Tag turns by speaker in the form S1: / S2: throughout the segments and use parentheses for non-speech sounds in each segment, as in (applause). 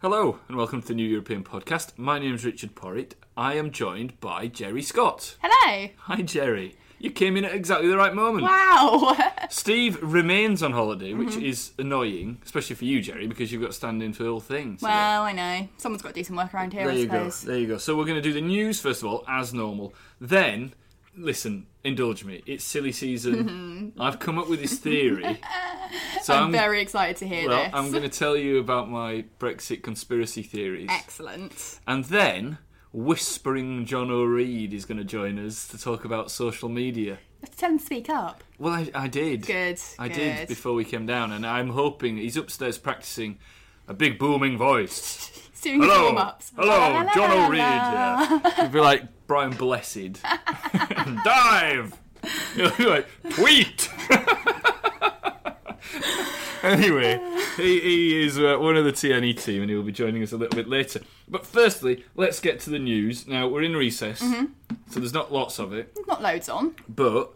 S1: Hello and welcome to the New European Podcast. My name's Richard Porritt. I am joined by Jerry Scott.
S2: Hello.
S1: Hi, Jerry. You came in at exactly the right moment.
S2: Wow.
S1: Steve remains on holiday, which
S2: Mm-hmm.
S1: is annoying, especially for you, Jerry, because you've got to stand in for all things.
S2: (laughs) well, I know. Someone's got decent work around here,
S1: there
S2: I
S1: you
S2: suppose.
S1: go. There you go. So we're going to do the news first of all, as normal. Then, listen, indulge me. It's silly
S2: (laughs)
S1: season. I've come up with this theory. So
S2: I'm very excited to hear
S1: well,
S2: this.
S1: I'm going to tell you about my Brexit conspiracy theories.
S2: Excellent.
S1: And then whispering John O'Reed is going to join us to talk about social media.
S2: Let's tell him to speak up.
S1: Well, I, I did.
S2: Good,
S1: I
S2: good.
S1: did before we came down, and I'm hoping he's upstairs practicing a big booming voice.
S2: He's doing his
S1: Hello,
S2: warm ups.
S1: hello, John O'Reed. (laughs) Yeah. He'd be like Brian Blessed. (laughs) Dive. He'll be like tweet. (laughs) anyway, he, he is uh, one of the TNE team, and he will be joining us a little bit later. But firstly, let's get to the news. Now we're in recess, so there's not lots of it.
S2: Not loads on.
S1: But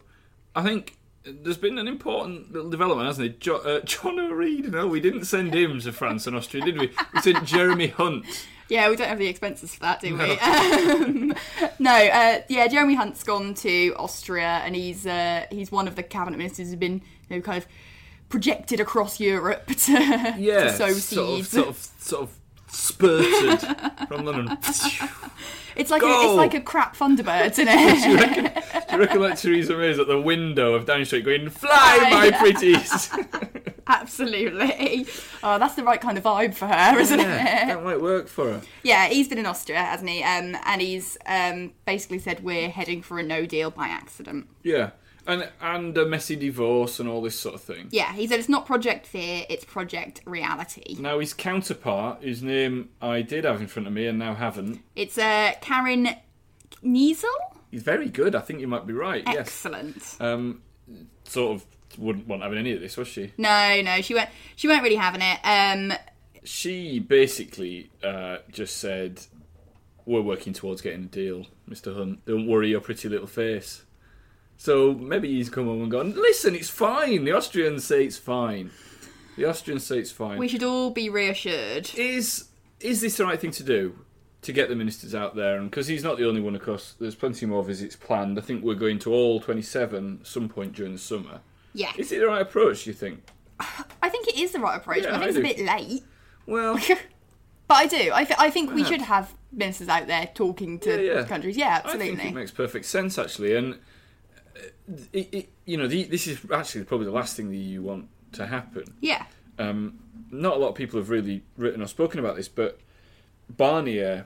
S1: I think there's been an important little development, hasn't it? Jo- uh, (laughs) John O'Reed. No, we didn't send him to France and Austria, did we? We sent Jeremy Hunt.
S2: Yeah, we don't have the expenses for that, do we? (laughs) Um, no, uh, yeah, Jeremy Hunt's gone to Austria, and he's uh, he's one of the cabinet ministers who's been you know, kind of projected across Europe (laughs) to,
S1: Yeah,
S2: to sow
S1: sort of,
S2: seeds.
S1: sort of, sort of
S2: (laughs)
S1: spurted from London.
S2: it's like a,
S1: Go!
S2: it's like a crap Thunderbird, isn't it?
S1: Do you reckon like Theresa May's at the window of Downing Street going, "Fly, my
S2: (laughs)
S1: pretties"?
S2: Absolutely. (laughs) Oh, that's the right kind of vibe for her, isn't it? (laughs)
S1: that might work for her.
S2: Yeah, he's been in Austria, hasn't he? Um, and he's um, basically said we're heading for a no deal by accident.
S1: Yeah, and and a messy divorce and all this sort of thing.
S2: Yeah, he said it's not project fear, it's project reality.
S1: Now his counterpart, whose name I did have in front of me and now haven't,
S2: It's uh, Karen Kniesel?
S1: he's very good. I think you might be right. Yes.
S2: Excellent.
S1: um, sort of wouldn't want having any of this, was she?
S2: No, no, she went. She weren't really having it. Um,
S1: She basically uh, just said, "We're working towards getting a deal, Mister Hunt. Don't worry your pretty little face." So maybe he's come home and gone. Listen, it's fine. The Austrians say it's fine. The Austrians say it's fine.
S2: we should all be reassured.
S1: is is this the right thing to do to get the ministers out there? And because he's not the only one, of course, there's plenty more visits planned. I think we're going to all 27 at some point during the summer.
S2: Yeah,
S1: Is it the right approach? Do you think?
S2: I think it is the right approach,
S1: Yeah,
S2: but I
S1: I
S2: think it's
S1: do.
S2: a bit late.
S1: Well,
S2: But I do. I, th- I think we should have ministers out there talking to
S1: Yeah, yeah.
S2: countries. Yeah,
S1: I
S2: absolutely.
S1: think it makes perfect sense actually, and uh, it, it, you know the, this is actually probably the last thing the EU want to happen.
S2: yeah.
S1: Um, not a lot of people have really written or spoken about this, but Barnier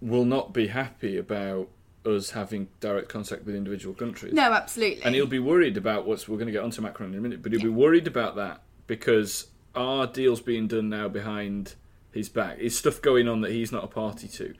S1: will not be happy about us having direct contact with individual countries.
S2: No, absolutely.
S1: And he'll be worried about what's we're going to get onto Macron in a minute, but he'll be worried about that because our deal's being done now behind his back. Is stuff going on that he's not a party to,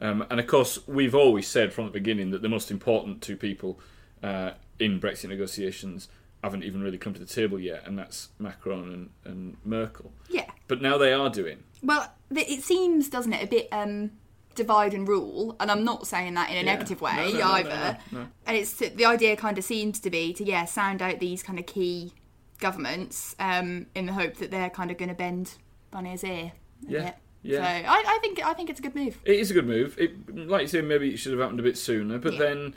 S1: um, and of course we've always said from the beginning that the most important two people uh, in Brexit negotiations haven't even really come to the table yet, and that's Macron and, and Merkel.
S2: Yeah.
S1: But now they are doing.
S2: Well, th- it seems, doesn't it, a bit um, divide and rule, and I'm not saying that in a negative
S1: No,
S2: way
S1: no, no, no,
S2: either.
S1: no, no.
S2: And it's the idea kind of seems to be to yeah sound out these kind of key governments um, in the hope that they're kind of going to bend Bunny's ear. A
S1: Yeah,
S2: Bit.
S1: yeah.
S2: So I, I think I think it's a good move.
S1: It is a good move. It, like you say, maybe it should have happened a bit sooner. But
S2: Yeah.
S1: then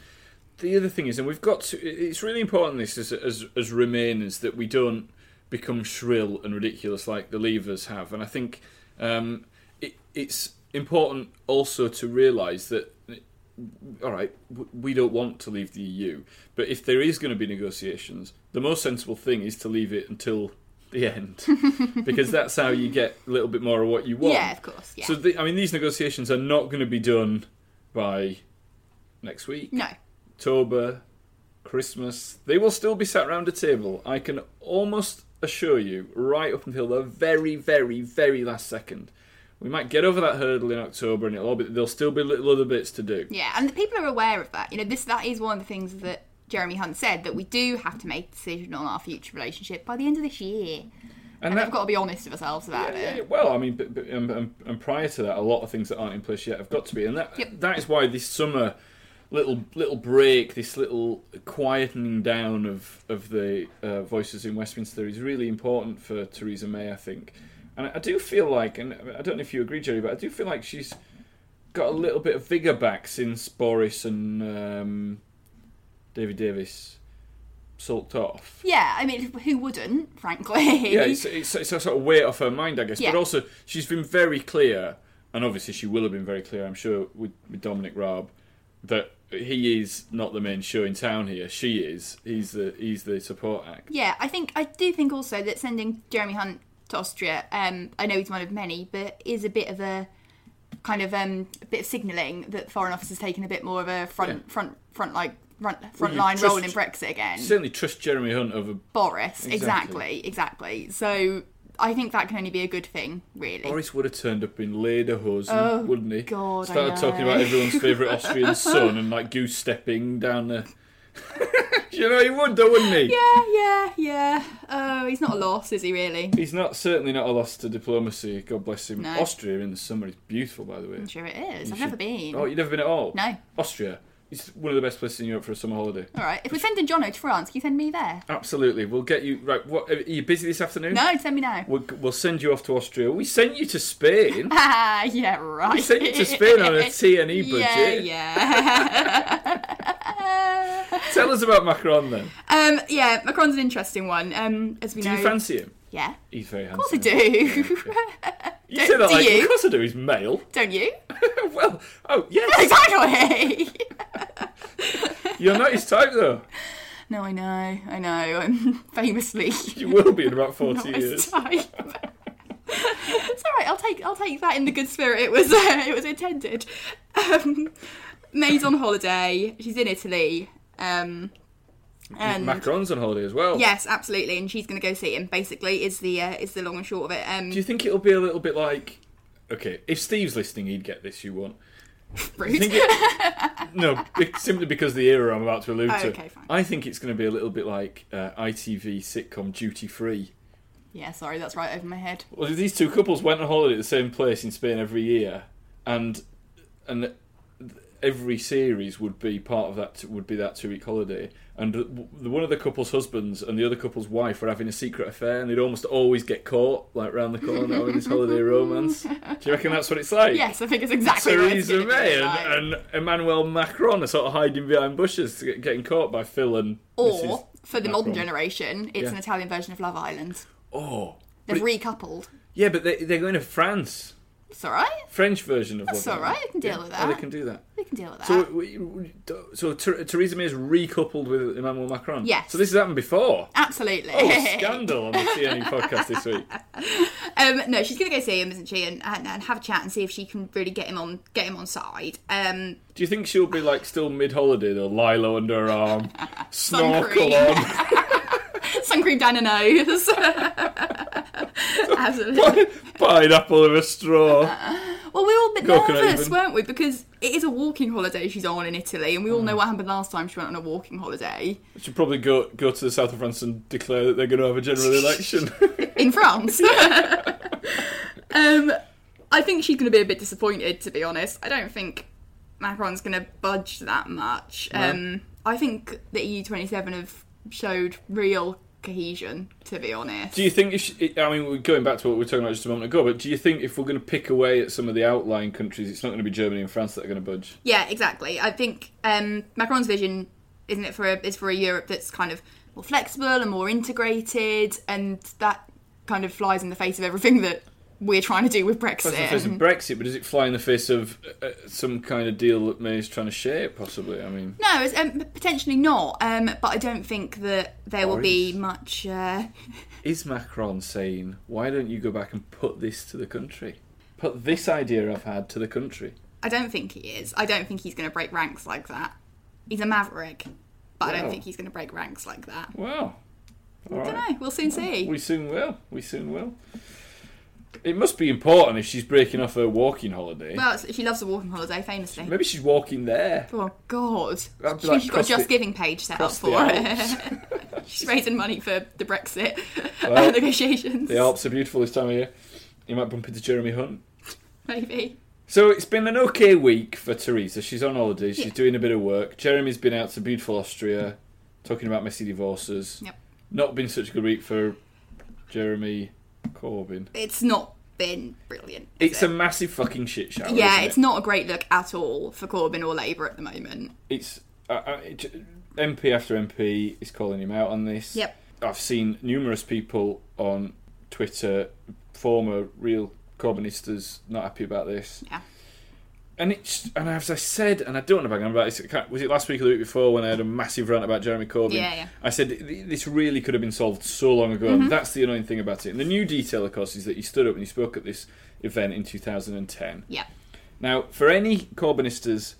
S1: the other thing is, and we've got to, it's really important this as, as, as Remainers that we don't become shrill and ridiculous like the Leavers have. And I think um, it, it's important also to realise that, all right, w- we don't want to leave the EU, but if there is going to be negotiations, the most sensible thing is to leave it until the
S2: (laughs)
S1: end because that's how you get a little bit more of what you want.
S2: Yeah, of course, yeah.
S1: So, the, I mean, these negotiations are not going to be done by next week.
S2: No.
S1: October, Christmas, they will still be sat round a table. I can almost assure you, right up until the very, very, very last second. We might get over that hurdle in October, and it'll all be, there'll still be little other bits to do.
S2: Yeah, and the people are aware of that. You know, this that is one of the things that Jeremy Hunt said that we do have to make a decision on our future relationship by the end of this year. And,
S1: that-
S2: we've got to be honest with ourselves about
S1: Yeah,
S2: it.
S1: well, I mean, but, but, and, and, and prior to that, a lot of things that aren't in place yet have got to be, and that
S2: Yep.
S1: that is why this summer little little break, this little quietening down of of the uh, voices in Westminster is really important for Theresa May, I think. And I, I do feel like, and I don't know if you agree, Jerry, but I do feel like she's got a little bit of vigour back since Boris and um, David Davis sulked off.
S2: Yeah, I mean, who wouldn't, frankly?
S1: Yeah, it's, it's, it's a sort of weight off her mind, I guess.
S2: Yeah.
S1: But also, she's been very clear, and obviously she will have been very clear, I'm sure, with, with Dominic Raab, that he is not the main show in town here. She is. He's the he's the support act.
S2: (laughs) Yeah, I think I do think also that sending Jeremy Hunt to Austria, um, I know he's one of many, but is a bit of a kind of um, a bit of signalling that the Foreign Office has taken a bit more of a front
S1: Yeah.
S2: front front like front front
S1: you
S2: line
S1: trust-
S2: role in Brexit again.
S1: Certainly trust Jeremy Hunt over.
S2: Boris,
S1: Exactly.
S2: exactly. exactly, So I think that can only be a good thing, really.
S1: Boris would have turned up in lederhosen, wouldn't he?
S2: Oh, God, I
S1: Started talking
S2: know.
S1: about everyone's favourite Austrian
S2: (laughs)
S1: son and like goose stepping down the. (laughs) you know, he would, though, wouldn't he?
S2: Yeah, yeah, yeah. Oh, he's not a loss, is he really?
S1: He's not certainly not a loss to diplomacy. God bless him.
S2: No.
S1: Austria in the summer is beautiful, by the way.
S2: I'm sure it is.
S1: You
S2: I've
S1: should-
S2: never been.
S1: Oh, you've never been at all?
S2: No.
S1: Austria. It's one of the best places in Europe for a summer holiday.
S2: All right. If we're sending Jono to France, can you send me there?
S1: Absolutely. We'll get you. Right. What? Are you busy this afternoon?
S2: No, send me now.
S1: We'll, we'll send you off to Austria. We sent you to Spain.
S2: Ah, yeah, right. (laughs)
S1: we sent you to Spain on a TNE budget.
S2: Yeah, yeah.
S1: Tell us about Macron then.
S2: um, yeah, Macron's an interesting one. Um, as we
S1: Do
S2: know,
S1: you fancy him?
S2: yeah,
S1: He's very handsome.
S2: of course
S1: (laughs)
S2: I do. (laughs)
S1: You say that
S2: do
S1: like,
S2: you?
S1: of course I do. He's male. (laughs)
S2: Don't you?
S1: well, oh yes.
S2: (laughs) Exactly.
S1: You're not his type though.
S2: no, I know, I know. I'm famously
S1: You will be in about
S2: (laughs) not
S1: forty
S2: his
S1: years.
S2: type. it's all right. I'll take I'll take that in the good spirit it was (laughs) uh, it was intended. Um, May's on holiday. She's in Italy. Um, and
S1: Macron's on holiday as well.
S2: Yes, absolutely, and she's going to go see him. Basically, is the uh, is the long and short of it. Um,
S1: Do you think it'll be a little bit like? Okay, if Steve's listening, he'd get this. You want?
S2: rude.
S1: think it- no, be- simply because the era I'm about to allude
S2: Oh,
S1: to.
S2: okay, fine.
S1: I think it's going to be a little bit like uh, ITV sitcom Duty Free.
S2: yeah, sorry, that's right over my head.
S1: Well, these two couples went on holiday at the same place in Spain every year, and and every series would be part of that would be that two week holiday. And the, one of the couple's husbands and the other couple's wife were having a secret affair, and they'd almost always get caught like round the corner having this
S2: (laughs)
S1: holiday romance. Do you reckon that's what it's like?
S2: Yes, I think it's exactly. what it's
S1: Theresa
S2: gonna be
S1: May
S2: like.
S1: and, and Emmanuel Macron are sort of hiding behind bushes, to get- getting caught by Phil and Mrs.
S2: or for the modern
S1: Macron.
S2: generation, it's
S1: Yeah.
S2: an Italian version of Love Island.
S1: Oh,
S2: They've recoupled.
S1: yeah, but they, they're going to France,
S2: It's all right.
S1: French version of
S2: That's
S1: Love
S2: all
S1: Island.
S2: right, I can deal with
S1: Yeah, oh, they
S2: that. Uh,
S1: can do that.
S2: We can deal with that.
S1: So, we, we, so Ther- Theresa May is recoupled with Emmanuel Macron.
S2: Yes.
S1: So this has happened
S2: (laughs)
S1: before.
S2: Absolutely. (laughs)
S1: Oh, scandal on the CNN podcast this week.
S2: Um, no, she's going to go see him, isn't she? And, and and have a chat and see if she can really get him on get him on side. Um, (laughs)
S1: Do you think she'll be like still mid-holiday though? Lilo under her
S2: (laughs)
S1: arm,
S2: cream.
S1: snorkel on.
S2: sun cream down
S1: (laughs)
S2: her nose. (laughs) Absolutely.
S1: Pineapple in a straw.
S2: Well, we were all a bit
S1: Coconut
S2: nervous,
S1: even.
S2: weren't we? Because it is a walking holiday she's on in Italy, and we all
S1: Mm.
S2: know what happened last time she went on a walking holiday
S1: Should probably go go to the south of France and declare that they're going to have a (laughs) general election.
S2: in France. (laughs) um, I think she's going to be a bit disappointed, to be honest. I don't think Macron's going to budge that much. Um, I think the EU27 have showed real cohesion, to be honest.
S1: do you think if she, I mean we're going back to what we were talking about just a moment ago, but do you think if we're going to pick away at some of the outlying countries, it's not going to be Germany and France that are going to budge?
S2: Yeah, exactly. I think um, Macron's vision isn't it? For a, it's for a Europe that's kind of more flexible and more integrated, and that kind of flies in the face of everything that we're trying to do with Brexit.
S1: Flies in the face of Brexit, but does it fly in the face of uh, uh, some kind of deal that May's trying to shape? Possibly. I mean,
S2: No, it's, um, potentially not. Um, but I don't think that there will be
S1: Worries.
S2: much. Uh, (laughs)
S1: is Macron saying, "Why don't you go back and put this to the country? Put this idea I've had to the country."
S2: I don't think he is. I don't think he's going to break ranks like that. He's a maverick, but I don't
S1: Wow.
S2: think he's going to break ranks like that.
S1: Wow. All
S2: I
S1: right.
S2: don't know. We'll soon see.
S1: We soon will. We soon will. It must be important if she's breaking off her walking holiday.
S2: Well, it's- she loves a walking holiday, famously.
S1: Maybe she's walking there.
S2: Oh God!
S1: That'd be
S2: She
S1: like
S2: she's got a
S1: cross the-
S2: Just Giving page set up
S1: cross the
S2: for
S1: Alps. (laughs)
S2: it. (laughs) she's raising money for the Brexit (laughs) uh,
S1: Well,
S2: negotiations.
S1: The Alps are beautiful this time of year. You might bump into Jeremy Hunt.
S2: Maybe.
S1: So it's been an okay week for Teresa. She's on holiday. She's doing a bit of work. Jeremy's been out to beautiful Austria, talking about messy divorces.
S2: Yep.
S1: Not been such a good week for Jeremy Corbyn.
S2: It's not been brilliant. has
S1: It's
S2: it?
S1: a massive fucking shit show.
S2: yeah.
S1: isn't it?
S2: It's not a great look at all for Corbyn or Labour at the moment.
S1: it's uh, uh, it, MP after MP is calling him out on this.
S2: Yep.
S1: I've seen numerous people on Twitter, former real Corbynistas, not happy about this.
S2: Yeah.
S1: And it's and as I said, and I don't know if I'm going about this. I can't- Was it last week or the week before when I had a massive rant about Jeremy Corbyn?
S2: Yeah, Mm-hmm. yeah.
S1: I said "Th- this really could have been solved so long ago. And that's the annoying thing about it. And the new detail, of course, is that he stood up and he spoke at this event in 2010.
S2: Yeah.
S1: Now, for any Corbynistas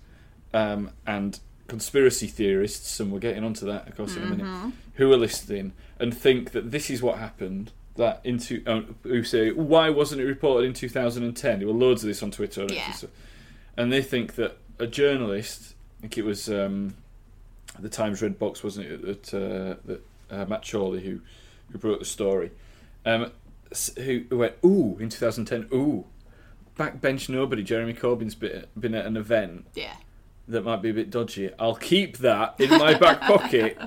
S1: um, and conspiracy theorists, and we're getting onto that, of course, in a minute, who are listening and think that this is what happened, that into uh, who say why wasn't it reported in 2010? There were loads of this on Twitter, and
S2: Yeah.
S1: so- and they think that a journalist, I think it was um, the Times Red Box, wasn't it, that, uh, that uh, Matt Chorley who who wrote the story, um, s- who, who went ooh in 2010, ooh. Backbench nobody. Jeremy Corbyn's been, been at an event
S2: Yeah.
S1: that might be a bit dodgy. I'll keep that in my
S2: (laughs)
S1: back pocket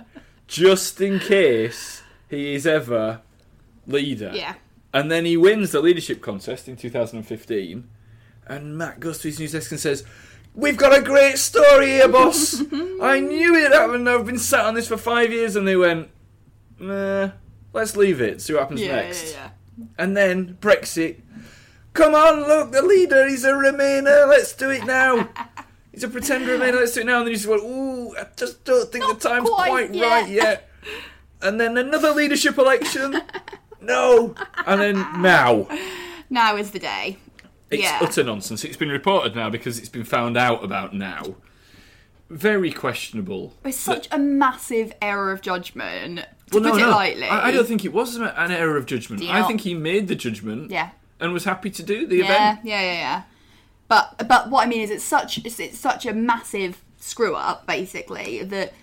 S1: just in case he is ever leader.
S2: Yeah.
S1: And then he wins the leadership contest in 2015. And Matt goes to his news desk and says, We've got a great story here,
S2: (laughs)
S1: boss. I knew it happened. I've been sat on this for five years. And they went, Nah, let's leave it. See what happens
S2: Yeah.
S1: next.
S2: Yeah. yeah.
S1: And then Brexit. Come on, look, the leader, he's a Remainer, let's do it
S2: (laughs)
S1: now. He's a pretend Remainer, let's do it now. And then he just went, ooh, I just don't think the time's
S2: quite
S1: quite,
S2: yet.
S1: right yet. And then another leadership
S2: (laughs)
S1: election. no. And then now.
S2: Now is the day.
S1: It's
S2: Yeah.
S1: utter nonsense. It's been reported now because it's been found out about now. Very questionable.
S2: It's such a massive error of judgment. To
S1: Well,
S2: put
S1: no,
S2: it
S1: no.
S2: lightly.
S1: I, I don't think it was an error of judgment.
S2: you
S1: I
S2: not?
S1: think he made the judgment
S2: Yeah.
S1: and was happy to do the
S2: Yeah,
S1: event.
S2: yeah, yeah, yeah. But but what I mean is it's such it's, it's such a massive screw up basically that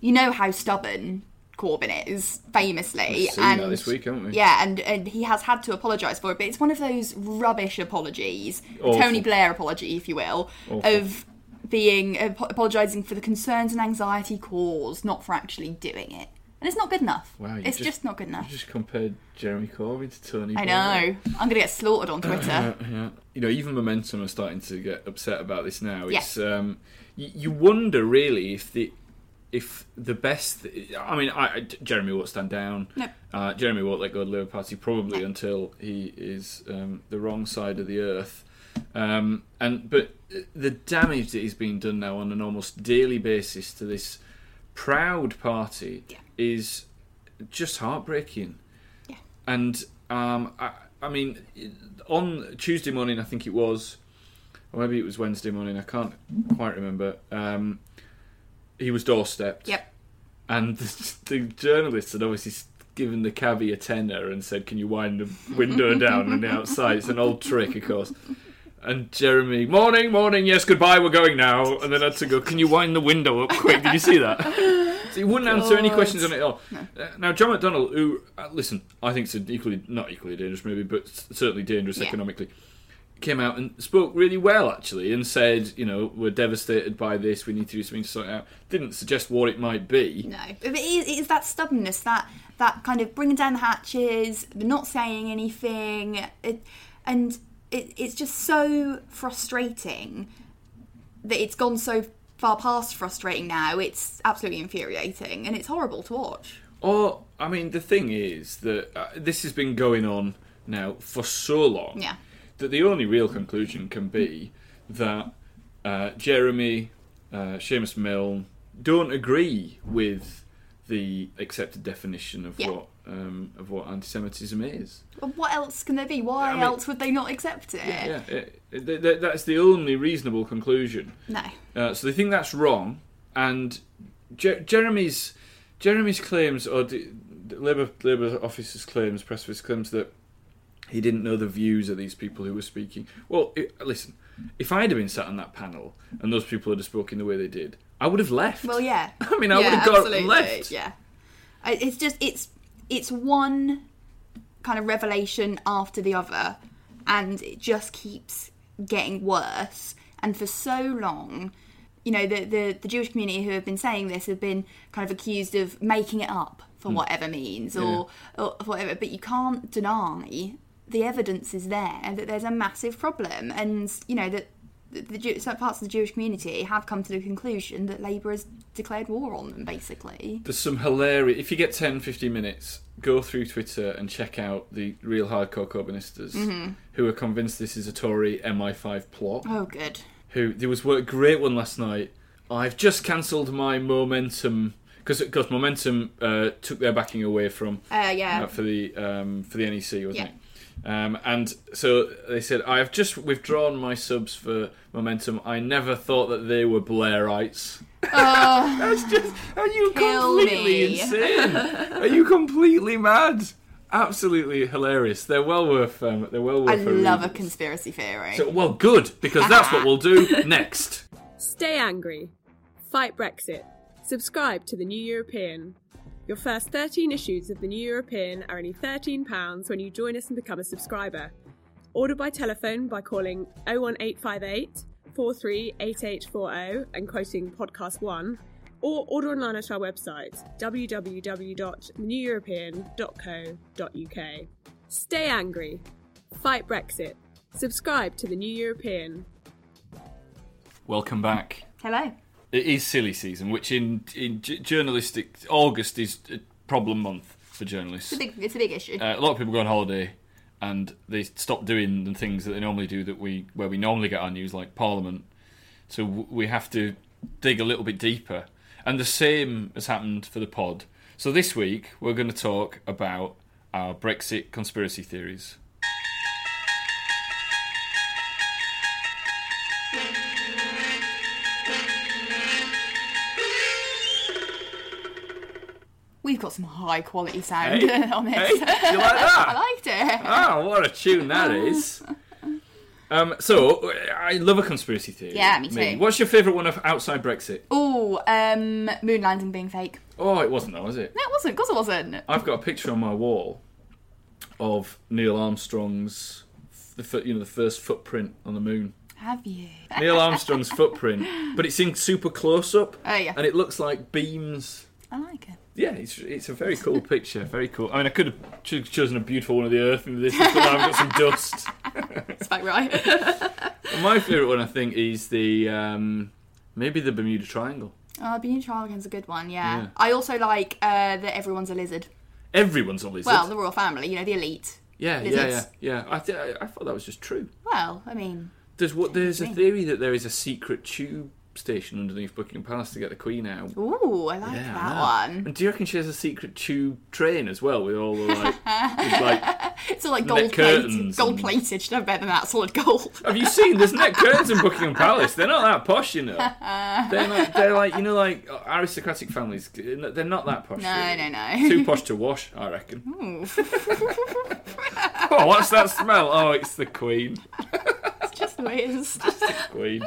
S2: you know how stubborn Corbyn is famously
S1: We've seen that this week, haven't we?
S2: Yeah, and and he has had to apologise for it, but it's one of those rubbish apologies,
S1: Awful.
S2: Tony Blair apology, if you will, of being ap- apologising for the concerns and anxiety caused, not for actually doing it, and it's not good enough.
S1: Wow, you
S2: it's just, not good enough.
S1: You just compared Jeremy Corbyn to Tony.
S2: I
S1: Blair. (laughs)
S2: know. I'm gonna get slaughtered on Twitter.
S1: Yeah. You know, even Momentum are starting to get upset about this now. It's um, you, you wonder really if the if the best. I mean, I, I- Jeremy won't stand down.
S2: Nope.
S1: Uh, Jeremy won't let go of the Labour Party probably until he is um, the wrong side of the earth. Um, and but the damage that is being done now on an almost daily basis to this proud party is just heartbreaking. And um, I, I mean, on Tuesday morning, I think it was, or maybe it was Wednesday morning, I can't quite remember. Um, he was doorstepped.
S2: Yep.
S1: And (laughs) the, the journalist had obviously s- given the cabbie a tenner and said, Can you wind the window down on the outside? It's an old trick, of course. And Jeremy, morning, morning, yes, goodbye, we're going now. And then had to go, Can you wind the window up quick? Did you see
S2: (laughs)
S1: that? So he wouldn't answer any questions on it at all. Uh, now, John McDonnell, who, uh, listen, I think it's an equally, not equally dangerous movie, but s- certainly dangerous
S2: Yeah.
S1: economically, came out and spoke really well, actually, and said, you know, we're devastated by this, we need to do something to sort it out. Didn't suggest what it might be.
S2: No, but it is, it is that stubbornness, that that kind of bringing down the hatches, but not saying anything, it, and it, it's just so frustrating that it's gone so far past frustrating now. It's absolutely infuriating and it's horrible to watch.
S1: Or, I mean, the thing is that uh, this has been going on now for so long
S2: Yeah.
S1: that the only real conclusion can be that uh, Jeremy, uh, Seamus Milne don't agree with the accepted definition of
S2: Yeah.
S1: what um, of what anti-Semitism is.
S2: But what else can there be? Why
S1: I mean-
S2: else would they not accept it?
S1: Yeah, it, it, th- th- that's the only reasonable conclusion.
S2: No.
S1: Uh, so they think that's wrong, and Je- Jeremy's Jeremy's claims or the, the Labour Labour officers' claims, press officers' claims that he didn't know the views of these people who were speaking. Well, i listen, if I'd have been sat on that panel and those people had have spoken the way they did, I would have left.
S2: Well, yeah.
S1: (laughs) I mean, I
S2: Yeah,
S1: would have got up and
S2: absolutely,
S1: left.
S2: Yeah. I- It's just it's it's one kind of revelation after the other, and it just keeps getting worse. And for so long, you know, the the, the Jewish community who have been saying this have been kind of accused of making it up for whatever means or, or whatever. But you can't deny the evidence is there that there's a massive problem, and you know that. The, the, Jew- certain parts of the Jewish community have come to the conclusion that Labour has declared war on them, basically.
S1: There's some hilarious. If you get 10, 15 minutes, go through Twitter and check out the real hardcore Corbynistas who are convinced this is a Tory MI5 plot.
S2: Oh, good.
S1: who there was a great one last night. I've just cancelled my momentum because because momentum uh, took their backing away from
S2: Uh, yeah.
S1: uh, for the um, for the NEC wasn't
S2: Yeah.
S1: it? Um, and so they said, I have just withdrawn my subs for Momentum. I never thought that they were Blairites. (laughs) That's just. Are you
S2: Uh, Kill
S1: completely
S2: me. (laughs)
S1: insane? Are you completely mad? Absolutely hilarious. They're well worth. Um, they're well worth.
S2: I love a
S1: read.
S2: conspiracy theory.
S1: So, well, good because that's what we'll do next.
S3: Stay angry. Fight Brexit. Subscribe to The New European. Your first 13 issues of The New European are only £13 when you join us and become a subscriber. Order by telephone by calling 01858 438840 and quoting podcast 1, or order online at our website www.neweuropean.co.uk. Stay angry. Fight Brexit. Subscribe to The New European.
S1: Welcome back.
S2: Hello.
S1: It is silly season, which in in j- journalistic August is a problem month for journalists.
S2: It's a big, it's a big issue.
S1: Uh, a lot of people go on holiday and they stop doing the things that they normally do that we where we normally get our news like Parliament. So w- we have to dig a little bit deeper, and the same has happened for the pod. So this week we're going to talk about our Brexit conspiracy theories.
S2: We've got some high quality sound
S1: Hey.
S2: (laughs) on this.
S1: you like
S2: (laughs)
S1: that?
S2: I liked it.
S1: Oh, what a tune
S2: (laughs)
S1: that is. Um, so, I love a conspiracy theory.
S2: Yeah, me too.
S1: What's your favourite one of outside Brexit?
S2: Oh, um, moon landing being fake.
S1: Oh, it wasn't though, was it?
S2: No, it wasn't. Of course, it wasn't.
S1: I've got a picture on my wall of Neil Armstrong's, the fir- you know, the first footprint on the moon.
S2: Have you?
S1: Neil
S2: (laughs)
S1: Armstrong's footprint, but it's in super close up.
S2: Oh, yeah.
S1: And it looks like beams.
S2: I like it.
S1: Yeah, it's it's a very
S2: (laughs)
S1: cool picture. Very cool. I mean, I could have cho- chosen a beautiful one of the Earth, and this, but now I've got some dust.
S2: It's about right.
S1: (laughs) My favourite one, I think, is the um, maybe the Bermuda Triangle.
S2: oh, being a child again's a good one. Yeah. I also like uh, that everyone's a lizard.
S1: Everyone's a lizard.
S2: Well, the royal family. You know, the elite.
S1: yeah, yeah, yeah,
S2: lizards.
S1: yeah. I, th- I I thought that was just true.
S2: Well, I mean,
S1: There's what there's a theory that there is a secret tube station underneath Buckingham Palace to get the Queen out.
S2: ooh, I like
S1: Yeah,
S2: that
S1: I know.
S2: one.
S1: And do you reckon she has a secret tube train as well with all the like,
S2: (laughs)
S1: with, like
S2: It's all like
S1: Net
S2: gold plated.
S1: curtains
S2: Gold
S1: and-
S2: plated. (laughs) Should have better than that. Solid gold. (laughs)
S1: Have you seen? There's net curtains in Buckingham Palace. They're not that posh, you
S2: (laughs)
S1: know. They're like, they're like you know, like uh, aristocratic families. They're not that posh.
S2: No,
S1: really.
S2: no, no.
S1: Too posh to wash, I reckon. (laughs) oh, what's that smell? Oh, it's the Queen.
S2: it's just the way
S1: (laughs)
S2: it is.
S1: Queen.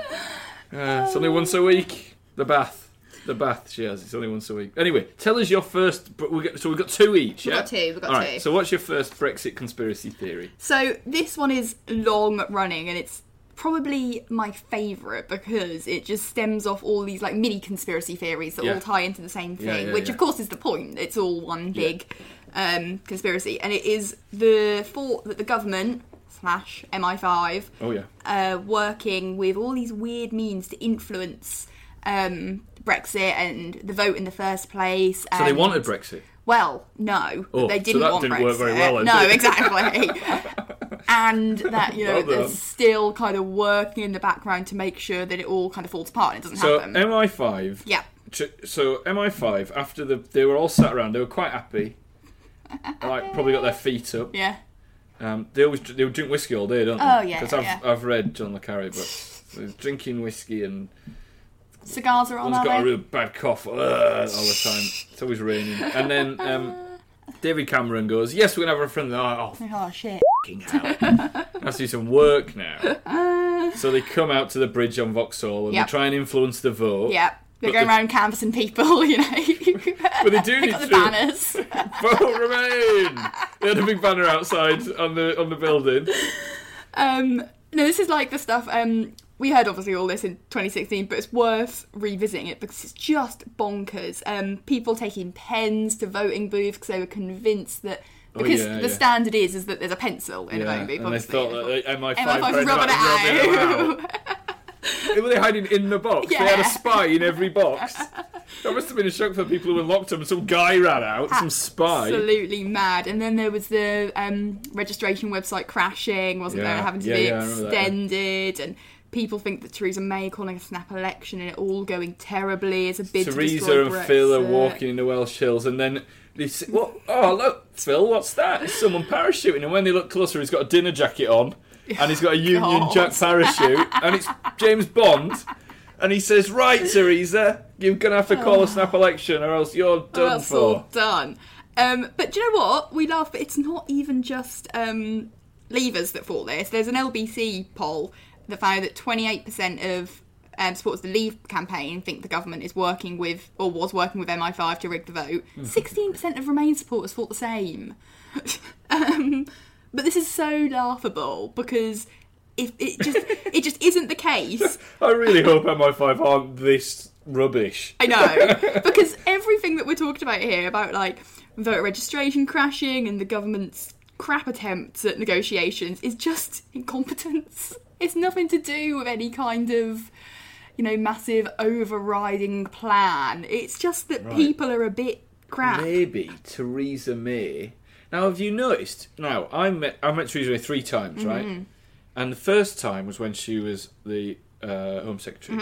S1: Uh, it's only once a week. The bath. The bath she has. It's only once a week. Anyway, tell us your first. Br- We got, so we've got two each.
S2: We've
S1: yeah?
S2: got two, we've got
S1: All right,
S2: two.
S1: So what's your first Brexit conspiracy theory?
S2: So this one is long running and it's probably my favourite because it just stems off all these like mini conspiracy theories that
S1: Yeah.
S2: all tie into the same thing,
S1: Yeah, yeah,
S2: which
S1: yeah.
S2: of course is the point. It's all one big um, conspiracy. And it is the thought that the government slash MI5
S1: Oh yeah.
S2: uh, working with all these weird means to influence um, Brexit and the vote in the first place.
S1: So they
S2: and-
S1: wanted Brexit.
S2: Well, no,
S1: Oh,
S2: they
S1: so
S2: didn't
S1: that
S2: want
S1: didn't
S2: Brexit.
S1: work very well, then,
S2: no,
S1: did it?
S2: exactly.
S1: (laughs)
S2: and that you know
S1: Well
S2: they're
S1: done.
S2: still kind of working in the background to make sure that it all kind of falls apart and it doesn't
S1: So
S2: happen.
S1: MI5.
S2: Yeah.
S1: ch- So MI5 after the they were all sat around, they were quite happy. like probably got their feet up.
S2: yeah.
S1: Um, they always they would drink whiskey all day, don't they?
S2: Oh, yeah,
S1: Because I've
S2: yeah.
S1: I've read John le Carre, but they're drinking whiskey and
S2: Cigars are on,
S1: one's
S2: are
S1: got a
S2: they?
S1: real bad cough uh, all the time. It's always raining. And then um, David Cameron goes, "Yes, we're gonna have a friend." They're like, oh,
S2: Oh shit.
S1: fucking hell! (laughs) I have to do some work
S2: (laughs)
S1: now. So they come out to the bridge on Vauxhall and
S2: Yep.
S1: they try and influence the vote.
S2: Yeah. They're
S1: But
S2: going
S1: the-
S2: around canvassing people, (laughs) you know.
S1: But they do
S2: they
S1: need
S2: got the
S1: to
S2: banners.
S1: vote Remain. They had a big banner outside on the on the building.
S2: Um, no, this is like the stuff. Um, we heard obviously all this in 2016, but it's worth revisiting it because it's just bonkers. Um, people taking pens to voting booths because they were convinced that because
S1: Oh, yeah,
S2: the
S1: yeah.
S2: standard is is that there's a pencil in
S1: Yeah,
S2: a voting
S1: and they
S2: booth. obviously.
S1: thought that uh, they- MI5
S2: MI5
S1: tried to,
S2: rubbing
S1: like,
S2: it (laughs)
S1: rub it
S2: out.
S1: Were (laughs) they hiding in the box? They had
S2: Yeah.
S1: a spy in every
S2: (laughs)
S1: box. That must have been a shock for people who were locked up and some guy ran out, some spy.
S2: Absolutely mad. And then there was the um, registration website crashing, wasn't there?
S1: Yeah,
S2: and Having to
S1: yeah,
S2: be
S1: yeah, I remember that, yeah.
S2: extended and. People think that Theresa May calling a snap election and it all going terribly. It's a bid to
S1: Teresa
S2: destroy
S1: and Phil are
S2: Brexit.
S1: walking in the Welsh hills, and then they see, what, oh, look, Phil, what's that? It's someone parachuting. And when they look closer, he's got a dinner jacket on, and
S2: (laughs)
S1: he's got a Union
S2: Oh, God.
S1: Jack parachute, and it's James Bond. And he says, right, Teresa, you're going to have to call a
S2: (sighs)
S1: snap election, or else you're done
S2: That's
S1: for.
S2: all done. Um, but do you know what? We laugh, but it's not even just um, levers that fought this. There's an LBC poll that found that 28% of um, supporters of the Leave campaign think the government is working with or was working with MI5 to rig the vote.
S1: Hmm.
S2: 16% of Remain supporters thought the same. (laughs) um, but this is so laughable because if it just it just isn't the case
S1: I really hope MI5 aren't this rubbish. (laughs)
S2: I know. because everything that we're talking about here, about like voter registration crashing and the government's crap attempts at negotiations, is just incompetence. It's nothing to do with any kind of, you know, massive overriding plan. It's just that people are a bit crap.
S1: Maybe Theresa May. Now, have you noticed? Now, I met I met Theresa May three times,
S2: Mm-hmm.
S1: right? And the first time was when she was the uh, Home Secretary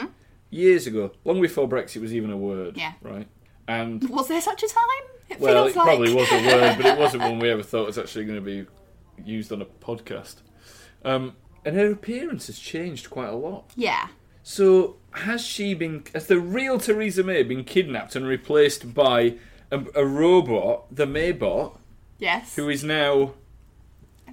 S1: years ago, long before Brexit was even a word.
S2: Mm-hmm. Yeah.
S1: Right.
S2: (laughs)
S1: And
S2: Was there such a time? It
S1: well,
S2: feels
S1: it
S2: like
S1: probably was a word, but it wasn't one we ever thought was actually going to be used on a podcast. Um, and her appearance has changed quite a lot.
S2: Yeah.
S1: So has she been? Has the real Theresa May been kidnapped and replaced by a, a robot, the Maybot,
S2: Yes.
S1: who is now?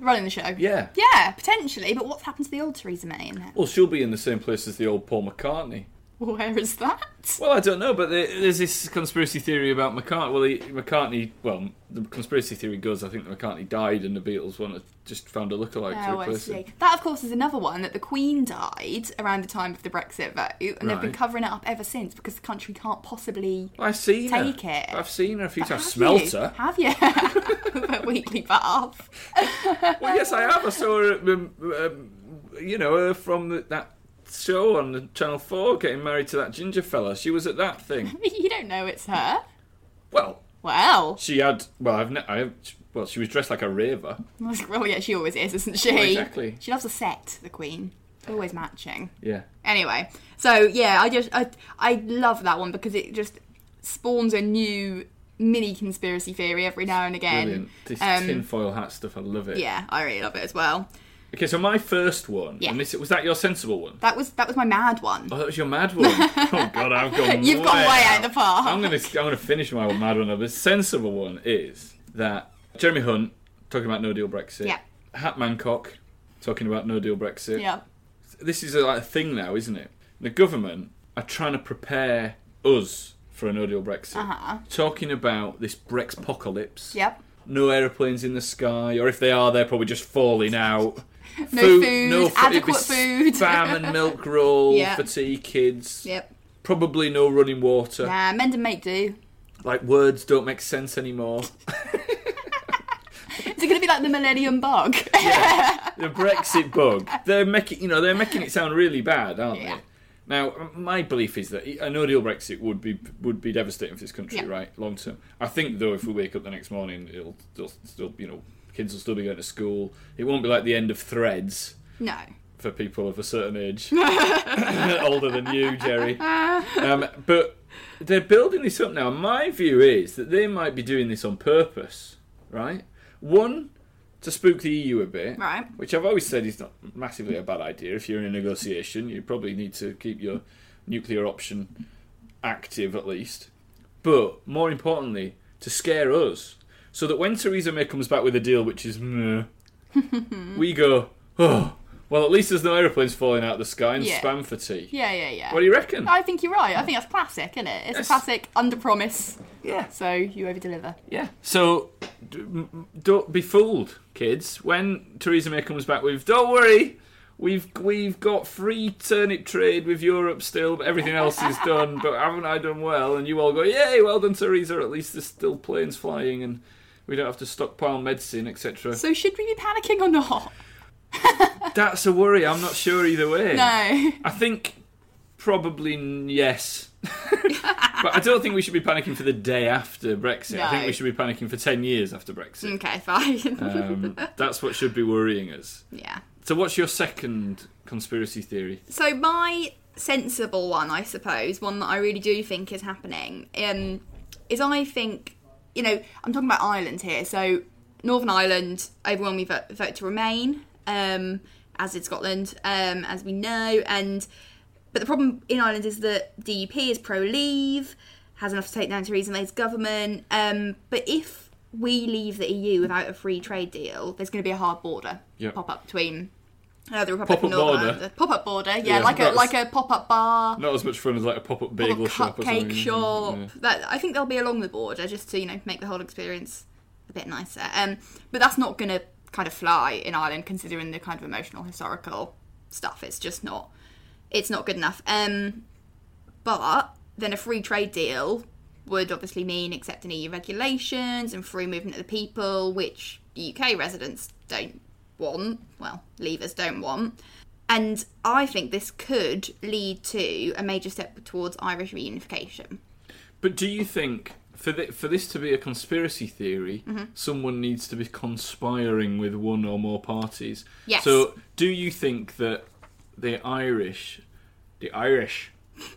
S2: Running the show.
S1: Yeah.
S2: Yeah, potentially. But what's happened to the old Theresa May in that?
S1: Well, she'll be in the same place as the old Paul McCartney.
S2: Where is that?
S1: Well, I don't know, but there- there's this conspiracy theory about McCartney. Well, he, McCartney. Well, the conspiracy theory goes. I think that McCartney died, and the Beatles wanted just found a lookalike to
S2: Oh, I
S1: replace
S2: see.
S1: him.
S2: That, of course, is another one that the Queen died around the time of the Brexit vote, and they've been
S1: Right.
S2: covering it up ever since because the country can't possibly.
S1: I've seen
S2: Take
S1: her.
S2: it.
S1: I've seen her a few times.
S2: Have
S1: Smelt
S2: you?
S1: her.
S2: Have you? (laughs) But weekly bath. (laughs)
S1: Well, yes, I have. I saw her, um, um, you know, her from the, that show on the Channel 4 getting married to that ginger fella. She was at that
S2: (laughs)
S1: thing.
S2: You don't know it's her.
S1: Well,
S2: Well,
S1: she had, well, I've, ne- I have, well, she was dressed like a raver.
S2: well, yeah, she always is, isn't she?
S1: exactly.
S2: She loves a set, the Queen. Always matching.
S1: Yeah.
S2: Anyway, so yeah, I just I I love that one because it just spawns a new mini conspiracy theory every now and again.
S1: Brilliant. This
S2: Um,
S1: tinfoil hat stuff, I love it.
S2: Yeah, I really love it as well.
S1: Okay, so my first one,
S2: Yeah.
S1: and this was that your sensible one?
S2: That was that was my mad one.
S1: Oh, that was your mad
S2: (laughs)
S1: one. oh God, I've gone.
S2: You've
S1: way
S2: gone way out the park.
S1: I'm gonna, I'm gonna finish my mad one. now. The sensible one is that Jeremy Hunt talking about No Deal Brexit.
S2: Yeah.
S1: Hat Mancock talking about No Deal Brexit.
S2: Yeah.
S1: This is a, like, a thing now, isn't it? The government are trying to prepare us for a No Deal Brexit. Uh-huh. Talking about this Brexpocalypse.
S2: Yep.
S1: No aeroplanes in the sky, or if they are, they're probably just falling out.
S2: (laughs) No food,
S1: it'd be
S2: adequate food.
S1: Spam and milk roll
S2: (laughs) Yeah.
S1: for tea kids.
S2: Yep.
S1: Probably no running water.
S2: Nah, mend and Uh, make do.
S1: Like words don't make sense anymore.
S2: Is it going to be like the Millennium Bug? (laughs)
S1: the Brexit bug. They're making you know they're making it sound really bad, aren't
S2: Yeah.
S1: they? Now, m- my belief is that a no deal Brexit would be would be devastating for this country,
S2: Yeah.
S1: right, long term. I think though, if we wake up the next morning, it'll still, still you know kids will still be going to school. It won't be like the end of Threads
S2: No.
S1: for people of a certain age, (laughs) older than you, Jerry. Um, but they're building this up now. My view is that they might be doing this on purpose, right? One, to spook the EU a bit,
S2: Right.
S1: Which I've always said is not massively a bad idea. If you're in a negotiation, you probably need to keep your nuclear option active at least. But more importantly, to scare us, so that when Theresa May comes back with a deal which is meh, we go, oh, well, at least there's no aeroplanes falling out of the sky and
S2: Yeah.
S1: spam for tea.
S2: Yeah, yeah, yeah.
S1: What do you reckon?
S2: I think you're right. I think that's classic, isn't it? It's
S1: Yes.
S2: a classic under promise,
S1: yeah,
S2: so you over deliver.
S1: yeah. So d- m- don't be fooled, kids. When Theresa May comes back with, don't worry, we've we've got free turnip trade with Europe still, but everything else is done. But haven't I done well? And you all go, yay, well done, Theresa. At least there's still planes flying and. We don't have to stockpile medicine, etc.
S2: So should we be panicking or not?
S1: That's a worry. I'm not sure either way.
S2: No. (laughs)
S1: I think probably n- yes. (laughs) but I don't think we should be panicking for the day after Brexit. I think
S2: No.
S1: we should be panicking for 10 years after Brexit.
S2: Okay, fine.
S1: Um, that's what should be worrying us.
S2: (laughs) Mm. yeah.
S1: So, what's your second conspiracy theory?
S2: So my sensible one, I suppose, one that I really do think is happening, um, is I think, you know, I'm talking about Ireland here. So Northern Ireland overwhelmingly vote, vote to remain, um, as did Scotland, um, as we know, and but the problem in Ireland is that DUP is pro leave, has enough to take down Theresa May's government. Um, but if we leave the EU without a free trade deal, there's going to be a hard border
S1: Yep.
S2: pop up between uh, the Republic
S1: Pop-up
S2: of Northern
S1: border.
S2: Ireland. Pop up border, yeah,
S1: Yeah,
S2: like a
S1: that's-
S2: like a pop up bar,
S1: Not as much fun as like a pop up
S2: pop
S1: bagel
S2: up
S1: shop or something.
S2: cupcake shop.
S1: Yeah.
S2: That I think they'll be along the border just to you know make the whole experience a bit nicer. Um, but that's not going to kind of fly in Ireland, considering the kind of emotional historical stuff. It's just not. It's not good enough. Um, but then a free trade deal would obviously mean accepting EU regulations and free movement of the people, which UK residents don't want. Well, leavers don't want. And I think this could lead to a major step towards Irish reunification.
S1: But do you think. For, thi- for this to be a conspiracy theory,
S2: Mm-hmm.
S1: someone needs to be conspiring with one or more parties.
S2: Yes.
S1: So, do you think that the Irish, the Irish,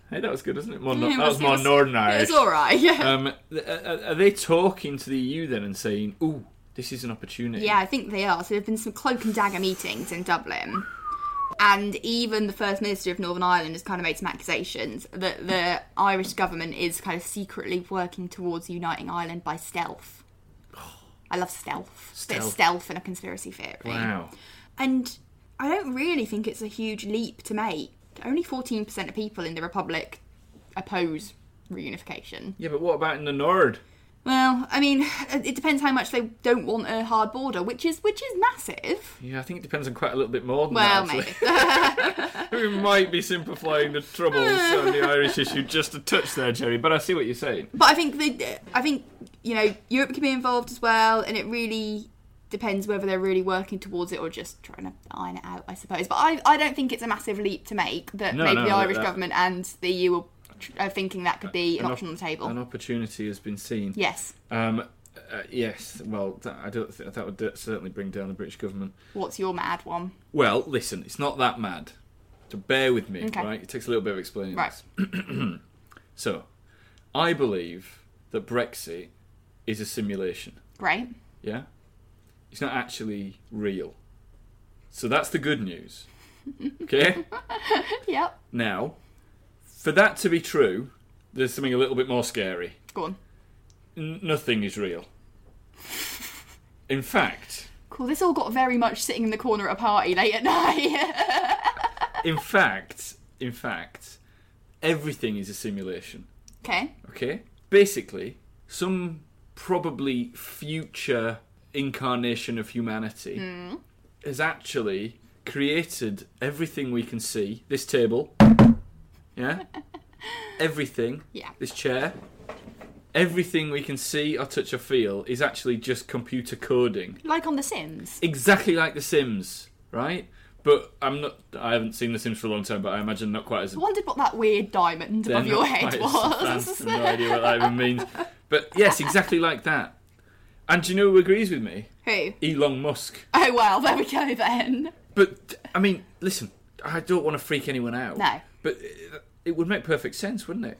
S1: hey, that was good, wasn't it? More, no-
S2: (laughs) It
S1: that was,
S2: it
S1: more Northern Irish.
S2: It was all right, yeah.
S1: Um, th- are, are they talking to the EU then and saying, "Ooh, this is an opportunity"?
S2: Yeah, I think they are. So there have been some cloak and dagger meetings in Dublin. And even the First Minister of Northern Ireland has kind of made some accusations that the Irish government is kind of secretly working towards uniting Ireland by stealth. I love stealth. Bit
S1: Stealth.
S2: of stealth in a conspiracy theory.
S1: Wow.
S2: And I don't really think it's a huge leap to make. Only 14% of people in the Republic oppose reunification.
S1: Yeah, but what about in the Nord?
S2: Well, I mean, (sighs) it depends how much they don't want a hard border, which is which is massive.
S1: Yeah, I think it depends on quite a little bit more than
S2: Well,
S1: that. actually. (laughs)
S2: maybe.
S1: we might be simplifying the troubles on the Irish issue just a touch there, Jerry. But I see what you're saying.
S2: (laughs) But I think the, I think you know Europe can be involved as well, and it really depends whether they're really working towards it or just trying to iron it out, I suppose. But I, I don't think it's a massive leap to make that
S1: No,
S2: maybe
S1: no,
S2: the
S1: that-
S2: Irish
S1: that-
S2: government and the EU are, tr- are thinking that could be an,
S1: op-
S2: option on the table.
S1: An opportunity has been seen.
S2: yes.
S1: Um, uh, yes. Well, that, I don't think that would d- certainly bring down the British government.
S2: What's your mad one?
S1: Well, listen, it's not that mad. So bear with me,
S2: Okay.
S1: right? It takes a little bit of explaining.
S2: Right.
S1: This. (clears throat) so, I believe that Brexit is a simulation.
S2: Great.
S1: Yeah, it's not actually real. So that's the good news.
S2: (laughs)
S1: Okay.
S2: Yep.
S1: now, for that to be true, there's something a little bit more scary.
S2: Go on.
S1: N- nothing is real. In fact,
S2: Cool. This all got very much sitting in the corner at a party late at (laughs) night.
S1: in fact, in fact, everything is a simulation.
S2: okay.
S1: Okay. Basically, some probably future incarnation of humanity has actually created everything we can see. This table. Yeah? everything.
S2: Yeah.
S1: This chair. Everything we can see or touch or feel is actually just computer coding.
S2: Like on The Sims.
S1: Exactly like The Sims, right? But I'm not. I haven't seen The Sims for a long time, but I imagine not quite as.
S2: I wondered what that weird diamond
S1: they're
S2: above your
S1: not
S2: head
S1: quite as
S2: was.
S1: advanced. I have no idea what that even means. But yes, exactly like that. And do you know who agrees with me?
S2: (laughs) (laughs) Who?
S1: Elon Musk.
S2: Oh well, there we go then.
S1: But I mean, listen, I don't want to freak anyone out.
S2: No.
S1: But it- it would make perfect sense, wouldn't it?